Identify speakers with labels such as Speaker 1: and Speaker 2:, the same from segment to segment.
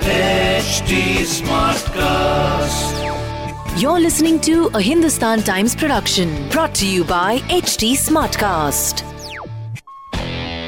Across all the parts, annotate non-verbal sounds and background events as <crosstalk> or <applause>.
Speaker 1: HD Smartcast.
Speaker 2: You're listening to a Hindustan Times production brought to you by HT Smartcast.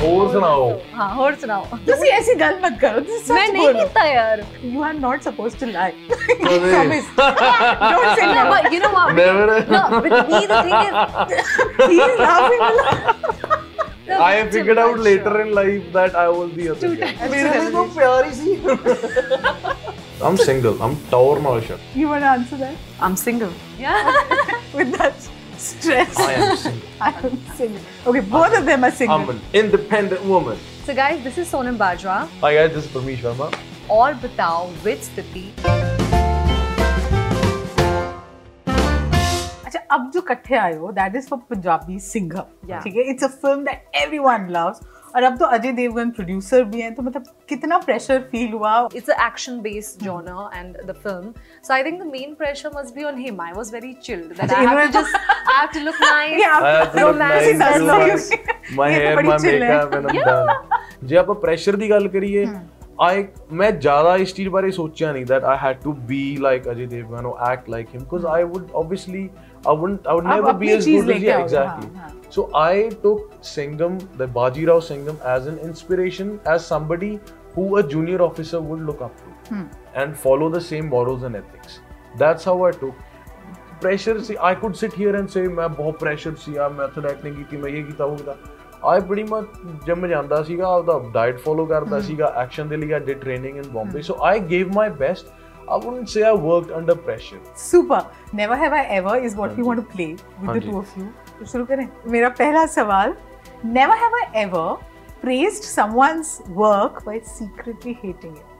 Speaker 3: ਹੋਰ ਸੁਣਾਓ
Speaker 4: हाँ और सुनाओ
Speaker 5: तुसी ऐसी गल मत करो तुसी
Speaker 4: मैं
Speaker 5: सच
Speaker 4: नहीं
Speaker 5: बोलो
Speaker 4: पीता यार
Speaker 3: Ah.
Speaker 5: You are not supposed to <laughs> lie
Speaker 3: अरे।
Speaker 5: Promise don't say
Speaker 4: No, but you know what?
Speaker 3: Never.
Speaker 4: No, with me the thing is,
Speaker 5: he is laughing
Speaker 4: no,
Speaker 3: <laughs> I
Speaker 4: it's
Speaker 3: figured
Speaker 4: a
Speaker 3: out
Speaker 4: bad
Speaker 3: later
Speaker 4: show.
Speaker 3: in life that I was the other guy. मेरे लिए तो प्यार ही सी I'm single. I'm tower marshal.
Speaker 5: You want to answer that I am single
Speaker 4: Yeah.
Speaker 5: With that stress
Speaker 3: I am single.
Speaker 5: I am single okay both of them are
Speaker 3: I'm
Speaker 5: single
Speaker 3: an independent woman.
Speaker 4: So guys, this is Sonam Bajwa.
Speaker 3: Hi guys, this is Parmesh Verma.
Speaker 4: और बताओ with स्थिति
Speaker 5: अच्छा अब जो कट्ठे आए हो that is for Punjabi singer
Speaker 4: Yeah.
Speaker 5: ठीक है it's a film that everyone loves और अब तो अजय देवगन प्रोड्यूसर भी हैं तो मतलब कितना प्रेशर फील हुआ
Speaker 4: it's an action based genre and the film so i think the main pressure must be on him i was very chilled that i have to
Speaker 5: इन्होंने-
Speaker 4: just i have to look nice
Speaker 5: <laughs> Yeah.
Speaker 3: I have to look
Speaker 4: Romance
Speaker 3: nice,
Speaker 4: does
Speaker 3: do
Speaker 5: not
Speaker 3: nice. My
Speaker 5: <laughs> ये तो
Speaker 3: hair,
Speaker 5: बड़ी
Speaker 3: my
Speaker 5: chill है। Hmm.
Speaker 3: makeup and I'm done. ਜੇ ਆਪਾਂ pressure ਦੀ ਗੱਲ ਕਰੀਏ ਆਈ ਮੈਂ ਜ਼ਿਆਦਾ ਇਸ ਚੀਜ਼ ਬਾਰੇ ਸੋਚਿਆ ਨਹੀਂ that I had to be like Ajay Devgn or act like him because I would obviously I wouldn't I would
Speaker 5: आप
Speaker 3: never be
Speaker 5: अपनी
Speaker 3: as
Speaker 5: चीज
Speaker 3: good as
Speaker 5: लेके
Speaker 3: yeah
Speaker 5: आओगे,
Speaker 3: exactly
Speaker 5: हाँ,
Speaker 3: so I took Singham the Bajirao Singham as an inspiration as somebody who a junior officer would look up to and follow the same morals and ethics. That's how I took. Pressure, see, I could sit here and say, मैं बहुत pressure ਸੀ ਆ method acting ਕੀਤੀ ਮੈਂ ਇਹ ਕੀਤਾ ਉਹ ਕੀਤਾ I pretty much gym ਜਾਂਦਾ ਸੀਗਾ ਆਪਦਾ diet follow ਕਰਦਾ ਸੀਗਾ action ਦੇ ਲਈ I did training in Bombay so I gave my best I wouldn't say I worked under pressure
Speaker 5: super never have I ever is what
Speaker 3: हाँ
Speaker 5: we
Speaker 3: जी।
Speaker 5: Want to play with
Speaker 3: हाँ
Speaker 5: the
Speaker 3: जी।
Speaker 5: Two of you तो शुरू करें मेरा पहला सवाल never have I ever praised someone's work by secretly hating it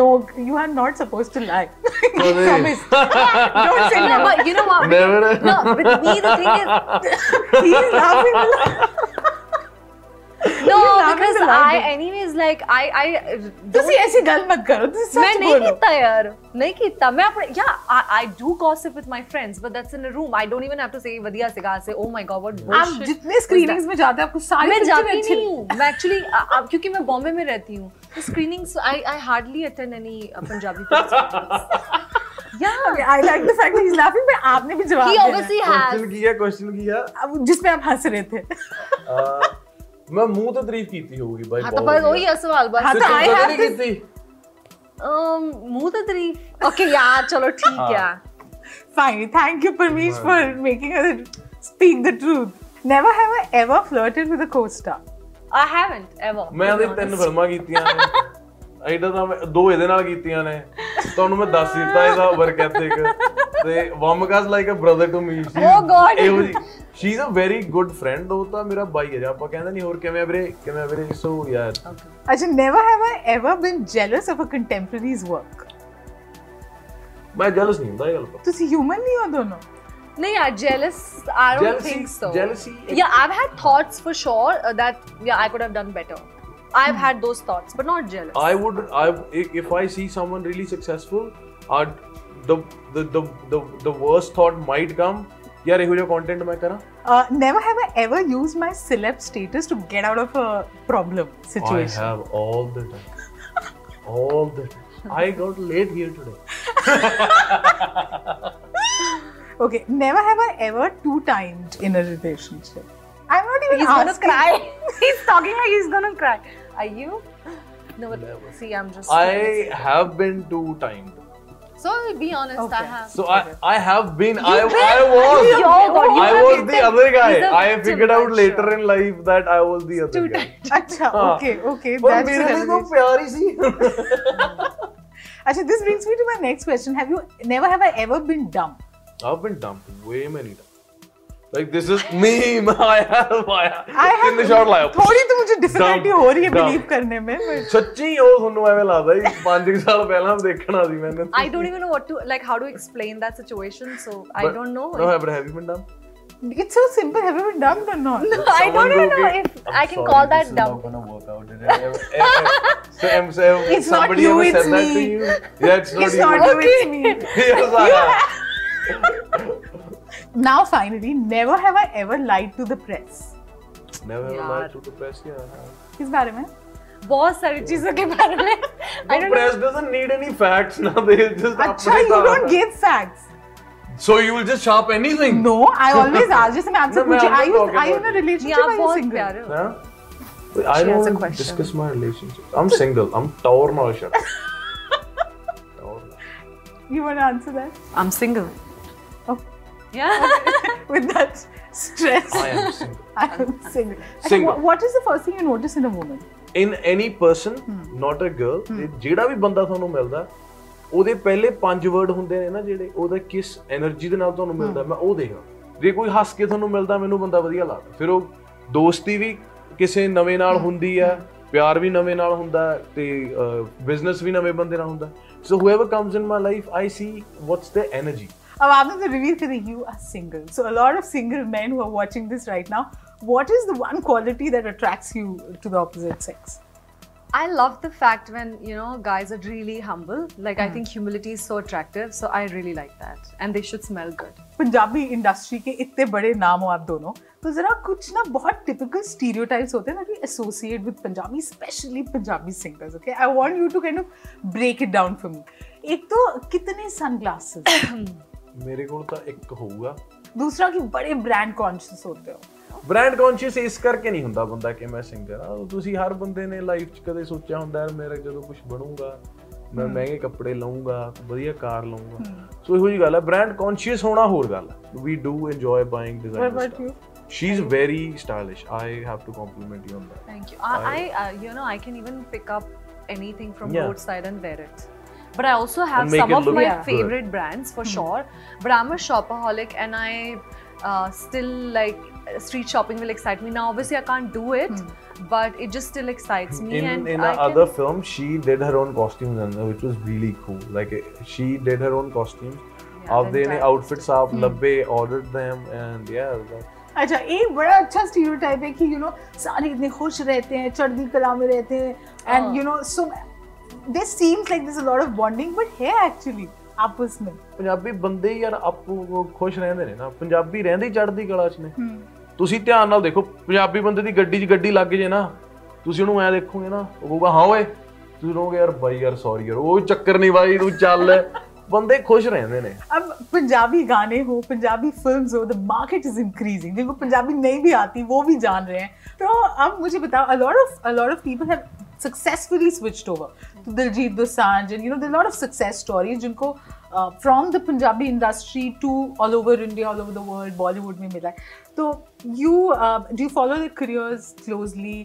Speaker 5: no you are not supposed to lie <laughs>
Speaker 3: अरे।
Speaker 5: promise don't say
Speaker 4: No,
Speaker 5: never
Speaker 4: but you know what?
Speaker 3: Never.
Speaker 4: No, with me the thing
Speaker 5: <laughs>
Speaker 4: is,
Speaker 5: he is laughing a lot.
Speaker 4: no,
Speaker 5: You're laughing
Speaker 4: because
Speaker 5: the
Speaker 4: I,
Speaker 5: loudest.
Speaker 4: anyways, like I, I
Speaker 5: तुसी ऐसी गल मत करो तुसी
Speaker 4: मैं
Speaker 5: सच
Speaker 4: नहीं
Speaker 5: बोलो
Speaker 4: कीता यार नहीं कीता मैं अपने या I do gossip with my friends but that's in a room I don't even have to say वदिया सिगा say oh my god what
Speaker 5: आप जितने स्क्रीनिंग्स में जाते हैं आपको सारी
Speaker 4: मैं
Speaker 5: picture
Speaker 4: जाती
Speaker 5: अच्छी-
Speaker 4: नहीं हूँ मैं एक्चुअली अब क्योंकि मैं बॉम्बे में रहती हूँ तो screenings I I hardly attend any Punjabi
Speaker 5: <laughs>
Speaker 4: या
Speaker 5: I like the fact that he's laughing, but आपने भी जवाब
Speaker 4: ही
Speaker 5: देना है।
Speaker 4: ऑब्वियसली
Speaker 3: question
Speaker 4: हैज
Speaker 3: किया question किया
Speaker 5: अब जिसमें आप हंस रहे थे
Speaker 3: ਅਹ, ਮੈਂ ਮੂੰਹ ਤੇ ਤਾਰੀਫ ਕੀਤੀ ਹੋਊਗੀ ਬਾਈ
Speaker 4: हाँ तो बस वही है सवाल बस
Speaker 5: हाँ, तो I
Speaker 3: I
Speaker 5: have
Speaker 3: have
Speaker 5: this-
Speaker 3: ਕੀਤੀ
Speaker 4: um, मुंह तो तारीफ ओके यार चलो ठीक
Speaker 3: हाँ।
Speaker 4: है
Speaker 5: Fine. Thank you, Parmesh, for making us speak the truth. Never have I ever flirted with a co-star.
Speaker 4: I haven't ever
Speaker 3: ਮੈਂ ਉਹਦੇ ਤਿੰਨ ਫਿਲਮਾਂ ਕੀਤੀਆਂ ਨੇ ਐਡਾ ਤਾਂ ਮੈਂ ਦੋ ਇਹਦੇ ਨਾਲ ਕੀਤੀਆਂ ਨੇ ਤੁਹਾਨੂੰ ਮੈਂ ਦੱਸ ਦਿੱਤਾ ਇਹਦਾ ਵਰਕ ਐਥਿਕ ਤੇ ਵਮਕਾਸ like a brother to me
Speaker 4: Oh God!
Speaker 3: She is a very good friend ਉਹ ਤਾਂ ਮੇਰਾ ਬਾਈ ਹੈ ਜੇ ਆਪਾਂ ਕਹਿੰਦੇ ਨਹੀਂ ਹੋਰ ਕਿਵੇਂ ਆ ਵੀਰੇ ਕਿਵੇਂ ਆ ਵੀਰੇ ਸੋ ਯਾਰ
Speaker 5: Actually, never have I ever been jealous of a contemporary's work.
Speaker 3: ਮੈਂ jealous ਨਹੀਂ ਹੁੰਦਾ ਇਹ ਗੱਲ ਤੋਂ
Speaker 5: To see humanly or don't know.
Speaker 4: नहीं यार jealous I don't
Speaker 3: Jealousy-
Speaker 4: think so
Speaker 3: jealousy-
Speaker 4: yeah I've had thoughts for sure uh, that yeah I could have done better I've had those thoughts but not jealous
Speaker 3: I would I if I see someone really successful I'd the the the the, the worst thought might come ਯਾਰ ਇਹੋ ਜਿਹਾ content ਮੈਂ ਕਰਾਂ
Speaker 5: Uh, never have I ever used my celeb status to get out of a problem situation.
Speaker 3: I have all the time. all the time.
Speaker 4: <laughs>
Speaker 3: I got late here today.
Speaker 5: Okay. Never have I ever two-timed in a relationship. I'm not even
Speaker 4: He's gonna
Speaker 5: asking.
Speaker 4: cry. <laughs> he's talking like he's gonna cry. Are you? No, but see, I'm just.
Speaker 3: I have been two times.
Speaker 4: So be honest, I
Speaker 5: Okay.
Speaker 4: have.
Speaker 3: So I, I have been. I,
Speaker 4: You've been-
Speaker 3: I was.
Speaker 4: Yo, God, Oh, you
Speaker 3: I
Speaker 4: have
Speaker 3: was
Speaker 4: been
Speaker 3: the other
Speaker 4: He's a
Speaker 3: guy. I
Speaker 4: victim,
Speaker 3: figured out
Speaker 4: I'm
Speaker 3: later
Speaker 4: sure.
Speaker 3: in life that I was the other
Speaker 4: Two
Speaker 3: guy.
Speaker 4: <laughs> times.
Speaker 3: <laughs>
Speaker 5: Acha,
Speaker 3: हाँ.
Speaker 5: okay, okay.
Speaker 3: पर
Speaker 5: That's
Speaker 3: मेरे
Speaker 5: the
Speaker 3: लिए तो
Speaker 5: revelation.
Speaker 3: प्यार ही सी
Speaker 4: <laughs>
Speaker 5: Actually, this brings me to my next question. Have you never have I ever been dumb?
Speaker 3: I've been dumped way many times. Like this is me. <laughs> I have. I
Speaker 5: I
Speaker 3: have.
Speaker 5: have
Speaker 3: In the short life.
Speaker 5: थोड़ी तो मुझे difficulty
Speaker 3: Dumb,
Speaker 5: हो रही है
Speaker 3: dumb.
Speaker 5: Believe करने में but-
Speaker 3: ਸੱਚੀ ਉਹ ਤੁਹਾਨੂੰ ਐਵੇਂ ਲੱਗਦਾ ਜੀ 5 ਸਾਲ ਪਹਿਲਾਂ ਦੇਖਣਾ ਸੀ ਮੈਨੇ
Speaker 4: I don't even know what to like. How to explain that situation? So I
Speaker 3: But-
Speaker 4: don't know.
Speaker 3: No,
Speaker 4: if-
Speaker 3: but have you been dumped?
Speaker 5: it's so simple have you been dumped or not
Speaker 4: No, <laughs> I
Speaker 3: Someone
Speaker 4: don't even
Speaker 3: will
Speaker 4: know
Speaker 3: be-
Speaker 4: if
Speaker 3: I'm
Speaker 4: I can
Speaker 3: sorry,
Speaker 4: call
Speaker 3: this
Speaker 4: that
Speaker 3: is
Speaker 4: dumb.
Speaker 3: Not gonna work out. Did I ever- ever-
Speaker 4: <laughs>
Speaker 3: so, I'm so
Speaker 5: It's not
Speaker 3: somebody
Speaker 5: you,
Speaker 3: ever said
Speaker 5: it's
Speaker 3: that to
Speaker 5: me.
Speaker 3: you? Yeah,
Speaker 4: <laughs>
Speaker 3: it's not
Speaker 5: it's
Speaker 3: you.
Speaker 5: not you it's
Speaker 3: <laughs>
Speaker 5: me
Speaker 3: yes, I have.
Speaker 5: now finally never have I ever lied to the press
Speaker 3: Never
Speaker 4: Yeah.
Speaker 3: lied to the press. Yeah.
Speaker 5: किस बारे में
Speaker 4: बहुत सारी चीजों <laughs> के बारे में I
Speaker 3: The
Speaker 4: don't
Speaker 3: press doesn't need any facts <laughs> now. They just
Speaker 5: Acha, अच्छा, you don't get facts.
Speaker 3: So you will just sharp anything.
Speaker 5: No, I always
Speaker 3: <laughs>
Speaker 5: ask. जैसे मैं आपसे
Speaker 3: No, मैं तो
Speaker 5: पूछी,
Speaker 3: आपको
Speaker 5: are you
Speaker 3: talking
Speaker 5: are you in a
Speaker 3: about it.
Speaker 5: relationship?
Speaker 4: आप
Speaker 5: Are you
Speaker 4: बहुत
Speaker 5: single?
Speaker 4: प्यारे हो
Speaker 3: Huh? I
Speaker 4: She
Speaker 3: don't
Speaker 4: has a
Speaker 3: want to
Speaker 4: question.
Speaker 3: discuss my relationship. I'm single. I'm tower nourisher.
Speaker 5: You want to answer that
Speaker 6: I'm single.
Speaker 4: Yeah.
Speaker 5: with that <laughs> stress? <laughs>
Speaker 3: I
Speaker 4: <laughs>
Speaker 3: am single.
Speaker 5: I'm single. Okay,
Speaker 3: Single.
Speaker 5: wha- what is the first thing you notice in a woman?
Speaker 3: In any person,
Speaker 4: Hmm.
Speaker 3: not a girl, ਤੇ ਜਿਹੜਾ ਵੀ ਬੰਦਾ ਤੁਹਾਨੂੰ ਮਿਲਦਾ ਉਹਦੇ ਪਹਿਲੇ ਪੰਜ word ਹੁੰਦੇ ਨੇ ਨਾ ਜਿਹੜੇ ਉਹਦਾ ਕਿਸ એનર્ਜੀ ਦੇ ਨਾਲ ਤੁਹਾਨੂੰ
Speaker 4: Hmm.
Speaker 3: ਮਿਲਦਾ ਮੈਂ ਉਹ ਦੇਖਦਾ ਜੇ ਕੋਈ ਹੱਸ ਕੇ ਤੁਹਾਨੂੰ ਮਿਲਦਾ ਮੈਨੂੰ ਬੰਦਾ ਵਧੀਆ ਲੱਗਦਾ ਫਿਰ ਉਹ ਦੋਸਤੀ ਵੀ ਕਿਸੇ ਨਵੇਂ ਨਾਲ
Speaker 4: Hmm.
Speaker 3: ਹੁੰਦੀ ਆ ਪਿਆਰ ਵੀ ਨਵੇਂ ਨਾਲ ਹੁੰਦਾ ਹੈ ਤੇ ਬਿਜ਼ਨਸ ਵੀ ਨਵੇਂ ਬੰਦੇ ਨਾਲ ਹੁੰਦਾ so whoever comes in my life I see what's the energy
Speaker 5: अब आपने तो रिवील करी you are single so a lot of single men who are watching this right now what is the one quality that attracts you to the opposite sex
Speaker 4: I love the fact when you know guys are really humble. Like
Speaker 3: Hmm.
Speaker 4: I think humility is so attractive, so I really like that, and they should smell good.
Speaker 5: Punjabi industry के इतने बड़े नाम हो आप दोनों तो जरा कुछ ना बहुत टिपिकल स्टीरियोटाइप्स होते हैं ना associate with Punjabi specially Punjabi singers okay I want you to kind of break it down for me एक तो कितने सनग्लासेस
Speaker 3: ਮੇਰੇ ਕੋਲ ਤਾਂ ਇੱਕ ਹੋਊਗਾ
Speaker 5: दूसरा कि बड़े ब्रांड कॉन्शियस होते हो
Speaker 3: ਬ੍ਰਾਂਡ ਕੌਨਸ਼ੀਅਸ ਇਸ ਕਰਕੇ ਨਹੀਂ ਹੁੰਦਾ ਬੰਦਾ ਕਿ ਮੈਂ ਸਿੰਗਰ ਆ ਤੁਸੀਂ ਹਰ ਬੰਦੇ ਨੇ ਲਾਈਫ 'ਚ ਕਦੇ ਸੋਚਿਆ ਹੁੰਦਾ ਯਾਰ ਮੇਰਾ ਜਦੋਂ ਕੁਝ ਬਣੂਗਾ ਮੈਂ ਮਹਿੰਗੇ ਕੱਪੜੇ ਲਵਾਂਗਾ ਵਧੀਆ ਕਾਰ ਲਵਾਂਗਾ ਸੋ ਇਹੋ ਜੀ ਗੱਲ ਹੈ ਬ੍ਰਾਂਡ ਕੌਨਸ਼ੀਅਸ ਹੋਣਾ ਹੋਰ ਗੱਲ ਹੈ ਵੀ do enjoy buying
Speaker 5: What about
Speaker 3: designer
Speaker 5: you?
Speaker 3: She is very stylish I have to compliment you on that
Speaker 4: Thank you. I, I uh, you know, I can even pick up anything from
Speaker 3: Yeah.
Speaker 4: roadside and wear it. But I also have
Speaker 3: make
Speaker 4: some
Speaker 3: it
Speaker 4: of
Speaker 3: look
Speaker 4: my
Speaker 3: Yeah. good. Hmm.
Speaker 4: favorite brands for sure. But I'm a shopaholic, and I uh, still like uh, street shopping will excite me. Now, obviously, I can't do it, but it just still excites me.
Speaker 3: Hmm. in
Speaker 4: and
Speaker 3: in
Speaker 4: I
Speaker 3: a
Speaker 4: can-
Speaker 3: other film she did her own costumes and uh, which was really cool like uh, she did her own costumes
Speaker 4: Yeah,
Speaker 3: of
Speaker 4: the
Speaker 3: the
Speaker 4: entire
Speaker 3: outfits up
Speaker 4: Hmm.
Speaker 3: labbe ordered them and yeah that-
Speaker 5: अच्छा एक बड़ा अच्छा stereotype है कि you know सारे इतने खुश रहते हैं चढ़दी कला में रहते हैं and you know so this seems like this a lot of bonding but है एक्चुअली आपस में
Speaker 3: ਪੰਜਾਬੀ ਬੰਦੇ ਹੀ ਯਾਰ ਆਪੋ ਖੁਸ਼ ਰਹਿੰਦੇ ਨੇ ਨਾ ਪੰਜਾਬੀ ਰਹਿੰਦੇ ਹੀ ਚੜ੍ਹਦੀ ਕਲਾ 'ਚ ਨੇ ਤੁਸੀਂ ਧਿਆਨ ਨਾਲ ਦੇਖੋ ਪੰਜਾਬੀ ਬੰਦੇ ਦੀ ਗੱਡੀ 'ਚ ਗੱਡੀ ਲੱਗ ਜੇ ਨਾ ਤੁਸੀਂ ਉਹਨੂੰ ਐ ਦੇਖੋਗੇ ਨਾ ਉਹ ਕਹੂਗਾ ਹਾਂ ਓਏ ਤੁਸੀਂ ਕਹੋਗੇ ਯਾਰ ਬਾਈ ਯਾਰ ਸੌਰੀ ਯਾਰ ਉਹ ਚੱਕਰ ਨਹੀਂ ਬਾਈ ਤੂੰ
Speaker 4: <laughs>
Speaker 3: ਚੱਲ ਬੰਦੇ ਖੁਸ਼ ਰਹਿੰਦੇ ਨੇ
Speaker 5: अब पंजाबी गाने हो पंजाबी फिल्म्स हो द मार्केट इज इंक्रीजिंग जिनको पंजाबी नहीं भी आती वो भी जान रहे हैं तो अब मुझे बताओ a lot of a lot of people have successfully switched over to Diljit Dosanjh and you know there are a lot of success stories जिनको uh, from the Punjabi industry to all over India all over the world Bollywood में मिला है तो you uh, do you follow their careers closely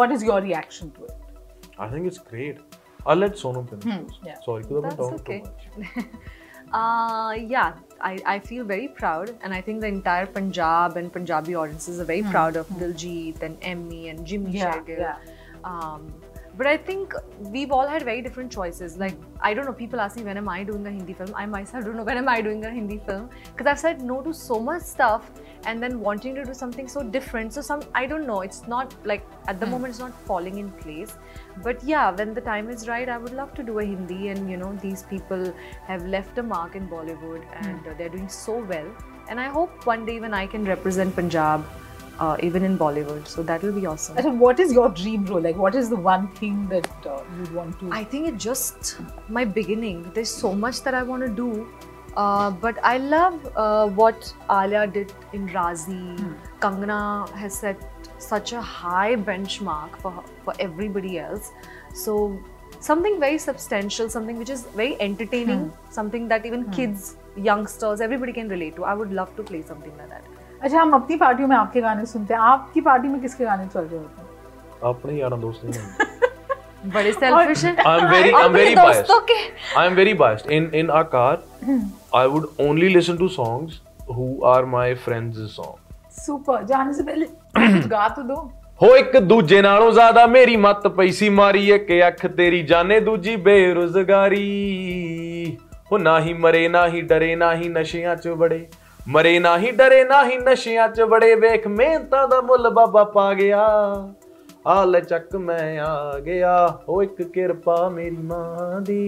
Speaker 5: what is your reaction to it
Speaker 3: I think it's great I let Sonam finish
Speaker 5: yeah.
Speaker 3: Sorry ਕੁਦਾ ਮੈਂ
Speaker 4: That's
Speaker 3: talk
Speaker 4: okay. <laughs> Uh, yeah, I, I feel very proud, and I think the entire Punjab and Punjabi audiences are very proud of Diljit and Emmy and Jimmy
Speaker 5: Yeah,
Speaker 4: Shagil.
Speaker 5: yeah.
Speaker 4: Um, but I think we've all had very different choices. Like, I don't know, people ask me when am I doing a Hindi film? I myself don't know when am I doing a Hindi film because I've said no to so much stuff and then wanting to do something so different. So, some I don't know, it's not like at the moment it's not falling in place. But yeah, when the time is right, I would love to do a Hindi. And you know, these people have left a mark in Bollywood and uh, they're doing so well. And I hope one day even I can represent Punjab. Uh, even in Bollywood, so that will be awesome.
Speaker 5: अच्छा what is your dream role like what is the one thing that uh, you want to
Speaker 4: I think it's just my beginning. There's so much that I want to do. Uh, but I love uh, what Alia did in Razi.
Speaker 3: Hmm.
Speaker 4: Kangana has set such a high benchmark for, her- for everybody else. So, something very substantial, something which is very entertaining,
Speaker 3: Hmm.
Speaker 4: something that even kids, youngsters, everybody can relate to. I would love to play something like that.
Speaker 5: अच्छा हम अपनी पार्टियों में आपके गाने सुनते हैं आपकी पार्टी में किसके गाने चल रहे होते हैं
Speaker 3: ਆਪਣੇ ਯਾਰਾਂ ਦੋਸਤਾਂ
Speaker 4: <laughs>
Speaker 3: ਨੂੰ
Speaker 4: But it's selfish.
Speaker 3: <laughs> I'm
Speaker 4: <laughs>
Speaker 3: very- I'm
Speaker 4: अपने
Speaker 3: very
Speaker 4: दोस्तों
Speaker 3: biased.
Speaker 4: के-
Speaker 3: I am very biased. In in our car, I would only listen to songs who are my friends' song.
Speaker 5: Super जाने से <clears throat> पहले कुछ गा तो दो
Speaker 3: ਹੋ ਇੱਕ ਦੂਜੇ ਨਾਲੋਂ ਜ਼ਿਆਦਾ ਮੇਰੀ ਮੱਤ ਪਈ ਸੀ ਮਾਰੀ ਇੱਕ ਅੱਖ ਤੇਰੀ ਜਾਣੇ ਦੂਜੀ ਬੇਰੁਜ਼ਗਾਰੀ ਹੋ ਨਾ ਹੀ ਮਰੇ ਨਾ ਹੀ ਡਰੇ ਨਾ ਹੀ ਨਸ਼ਿਆਂ 'ਚ ਵੜੇ ਮਰੇ ਨਾ ਹੀ ਡਰੇ ਨਾ ਹੀ ਨਸ਼ਿਆਂ 'ਚ ਵੜੇ ਵੇਖ ਮਿਹਨਤਾਂ ਦਾ ਮੁੱਲ ਬਾਬਾ ਪਾ ਗਿਆ ਆ ਲੈ ਚੱਕ ਮੈਂ ਆ ਗਿਆ ਹੋ ਇੱਕ ਕਿਰਪਾ ਮੇਰੀ ਮਾਂ ਦੀ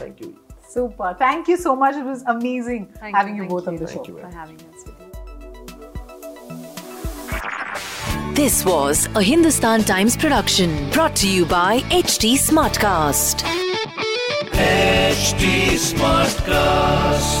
Speaker 3: thank you
Speaker 5: super thank you so much it was amazing
Speaker 4: Thank you,
Speaker 5: having you
Speaker 4: thank
Speaker 5: both on the
Speaker 4: you.
Speaker 5: Show
Speaker 4: for having us with you.
Speaker 2: This was a Hindustan Times production brought to you by HT Smartcast.
Speaker 1: HD Smartcast.